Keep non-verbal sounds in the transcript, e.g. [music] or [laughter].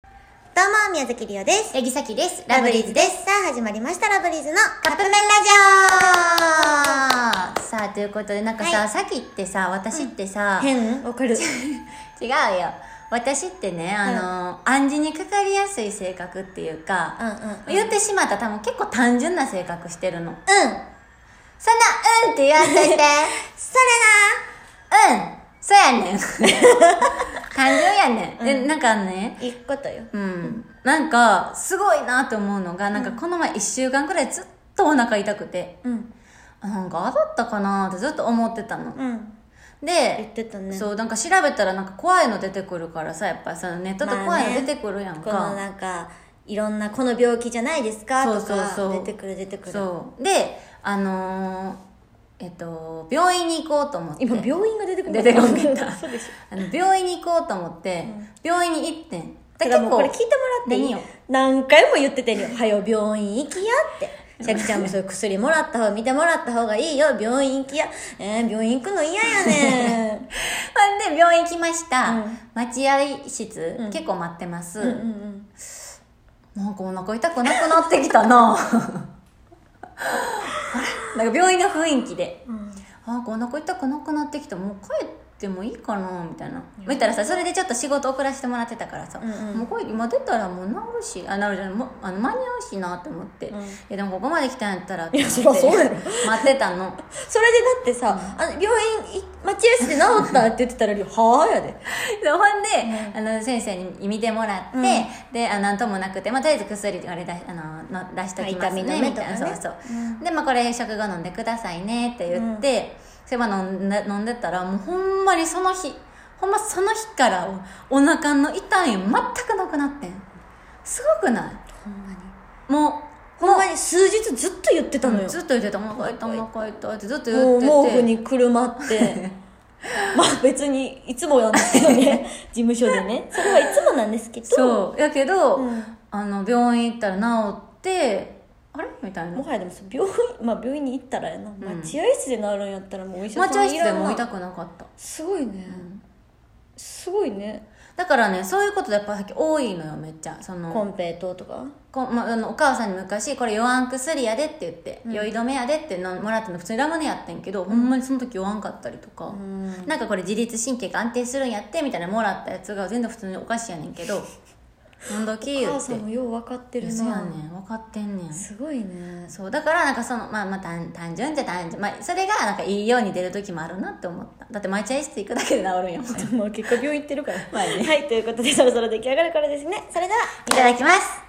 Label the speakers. Speaker 1: どうも、宮崎りおです。
Speaker 2: 八木崎です。
Speaker 1: ラ
Speaker 2: ラ
Speaker 1: ブ
Speaker 2: ブ
Speaker 1: リー
Speaker 2: リ
Speaker 1: ズ
Speaker 2: ーズ
Speaker 1: で。
Speaker 2: です
Speaker 1: さあ、始まりました、ラブリーズのカップ麺ラジ
Speaker 2: あーさあ、ということで、なんか
Speaker 1: はい
Speaker 2: さ、さっきってさ、私ってさ、
Speaker 1: オ変わかる。
Speaker 2: 違うよ。私ってね、あの、暗示にかかりやすい性格っていうか、
Speaker 1: うんうんうん
Speaker 2: 言ってしまったら多分結構単純な性格してるの。
Speaker 1: うん。
Speaker 2: そんな、うんって言わん [laughs] といて。
Speaker 1: それ
Speaker 2: うんそうや [laughs] ねん。単純やねん。で、なんかね、
Speaker 1: な行くことよ。
Speaker 2: うん。なんか、すごいなと思うのが、なんかこの前一週間くらいずっとお腹痛くて。
Speaker 1: うん。
Speaker 2: なんかあだったかなってずっと思ってたの。
Speaker 1: うん。言っ
Speaker 2: で、
Speaker 1: てたね。
Speaker 2: そう、なんか調べたらなんか怖いの出てくるからさ、やっぱさ、ネットで怖いの出てくるやん
Speaker 1: こ
Speaker 2: か。
Speaker 1: のなんか、いろんな、この病気じゃないですかと
Speaker 2: そうそう
Speaker 1: か、
Speaker 2: そう
Speaker 1: 出てくる出てくる。
Speaker 2: そう。で、あのーえっと、病院に行こうと思って。
Speaker 1: 今、病院が出てくる。
Speaker 2: 出てこんかっ
Speaker 1: [laughs]
Speaker 2: た
Speaker 1: そうでしょ。
Speaker 2: あの病院に行こうと思って、病院に行ってん。
Speaker 1: だからもうこれ [laughs] 聞いてもらってい
Speaker 2: 何
Speaker 1: い
Speaker 2: よ
Speaker 1: 何回も言っててんよ「はよ病院行きや」って「シャキちゃんもそういう薬もらった方見てもらった方がいいよ病院行きや」えー、病院行くの嫌やねん
Speaker 2: [laughs] ほんで、病院行きました。
Speaker 1: うん
Speaker 2: 待合室、結構待ってます、
Speaker 1: うんうん
Speaker 2: なんかお腹痛くなくなってきたな [laughs] あれなんか病院の雰囲気で。
Speaker 1: うんうん
Speaker 2: あお腹痛くなくなってきたもう帰ってもいいかなみたいな見たらさそれでちょっと仕事遅らせてもらってたからさ、
Speaker 1: うんうん
Speaker 2: もうこれ今出たらもう治るしあ治るじゃないもうあの間に合うしなと思って、
Speaker 1: ん
Speaker 2: いやでもここまで来たんやったら
Speaker 1: いやそりゃそうやろ
Speaker 2: [laughs] 待ってたの
Speaker 1: それでだってさ「あの病院い待合室で治った」って言ってた
Speaker 2: [laughs]
Speaker 1: ら「はあ」やで
Speaker 2: でほんで、あの先生に見てもらって、
Speaker 1: うん
Speaker 2: であなんともなくて、まあ、とりあえず薬あれ出しあのの出しときます
Speaker 1: 痛
Speaker 2: ね
Speaker 1: み止め
Speaker 2: み
Speaker 1: とか
Speaker 2: た
Speaker 1: ね
Speaker 2: いな、そうそう、で、まあ、これ食後飲んでくださいねって言って、そういえば飲んで飲んでたらもうほんまにその日ほんまその日からおお腹の痛み全くなくなってんすごくない
Speaker 1: ほんまに
Speaker 2: もう
Speaker 1: ほんまに数日ずっと言ってたのよ、
Speaker 2: ずっと言ってた「お腹痛いお腹痛い」ってずっと言
Speaker 1: も
Speaker 2: ってて
Speaker 1: う毛布にくるまって
Speaker 2: [laughs]
Speaker 1: まあ別にいつもなんですけどね事務所でねそれはいつもなんですけど
Speaker 2: そうやけど、
Speaker 1: うん
Speaker 2: あの病院行ったら治ってあれみたいな
Speaker 1: もはやでもそう病院まあ病院に行ったらやな、待合室で治るんやったらもうお医者
Speaker 2: 待
Speaker 1: さ
Speaker 2: 合
Speaker 1: んい
Speaker 2: 室で
Speaker 1: らん
Speaker 2: も
Speaker 1: な
Speaker 2: 痛くなかった
Speaker 1: すごいね、すごいね
Speaker 2: だからねそういうことやっぱさっき多いのよめっちゃその
Speaker 1: コンペイ糖とか
Speaker 2: こんまあのお母さんに昔これ弱ん薬やでって言って、酔い止めやでってのもらったの普通にラムネやってんけど、ほんまにその時弱んかったりとか、
Speaker 1: ん
Speaker 2: なんかこれ自律神経が安定するんやってみたいなもらったやつが全然普 [laughs] 通にお菓子やねんけど飲んどき
Speaker 1: お母
Speaker 2: 言うて
Speaker 1: さんもよう分かってる
Speaker 2: そうや
Speaker 1: な、
Speaker 2: ねん分かってんねん
Speaker 1: すごいね
Speaker 2: そうだからなんかそのまあまあ単単純じゃ単純、まあ、それがなんかいいように出る時もあるなって思っただって待合室行くだけで治るんやもんい
Speaker 1: まあ結果病院行ってるから
Speaker 2: まあね
Speaker 1: はいということでそろそろ出来上がるからですねそれではい
Speaker 2: ただきます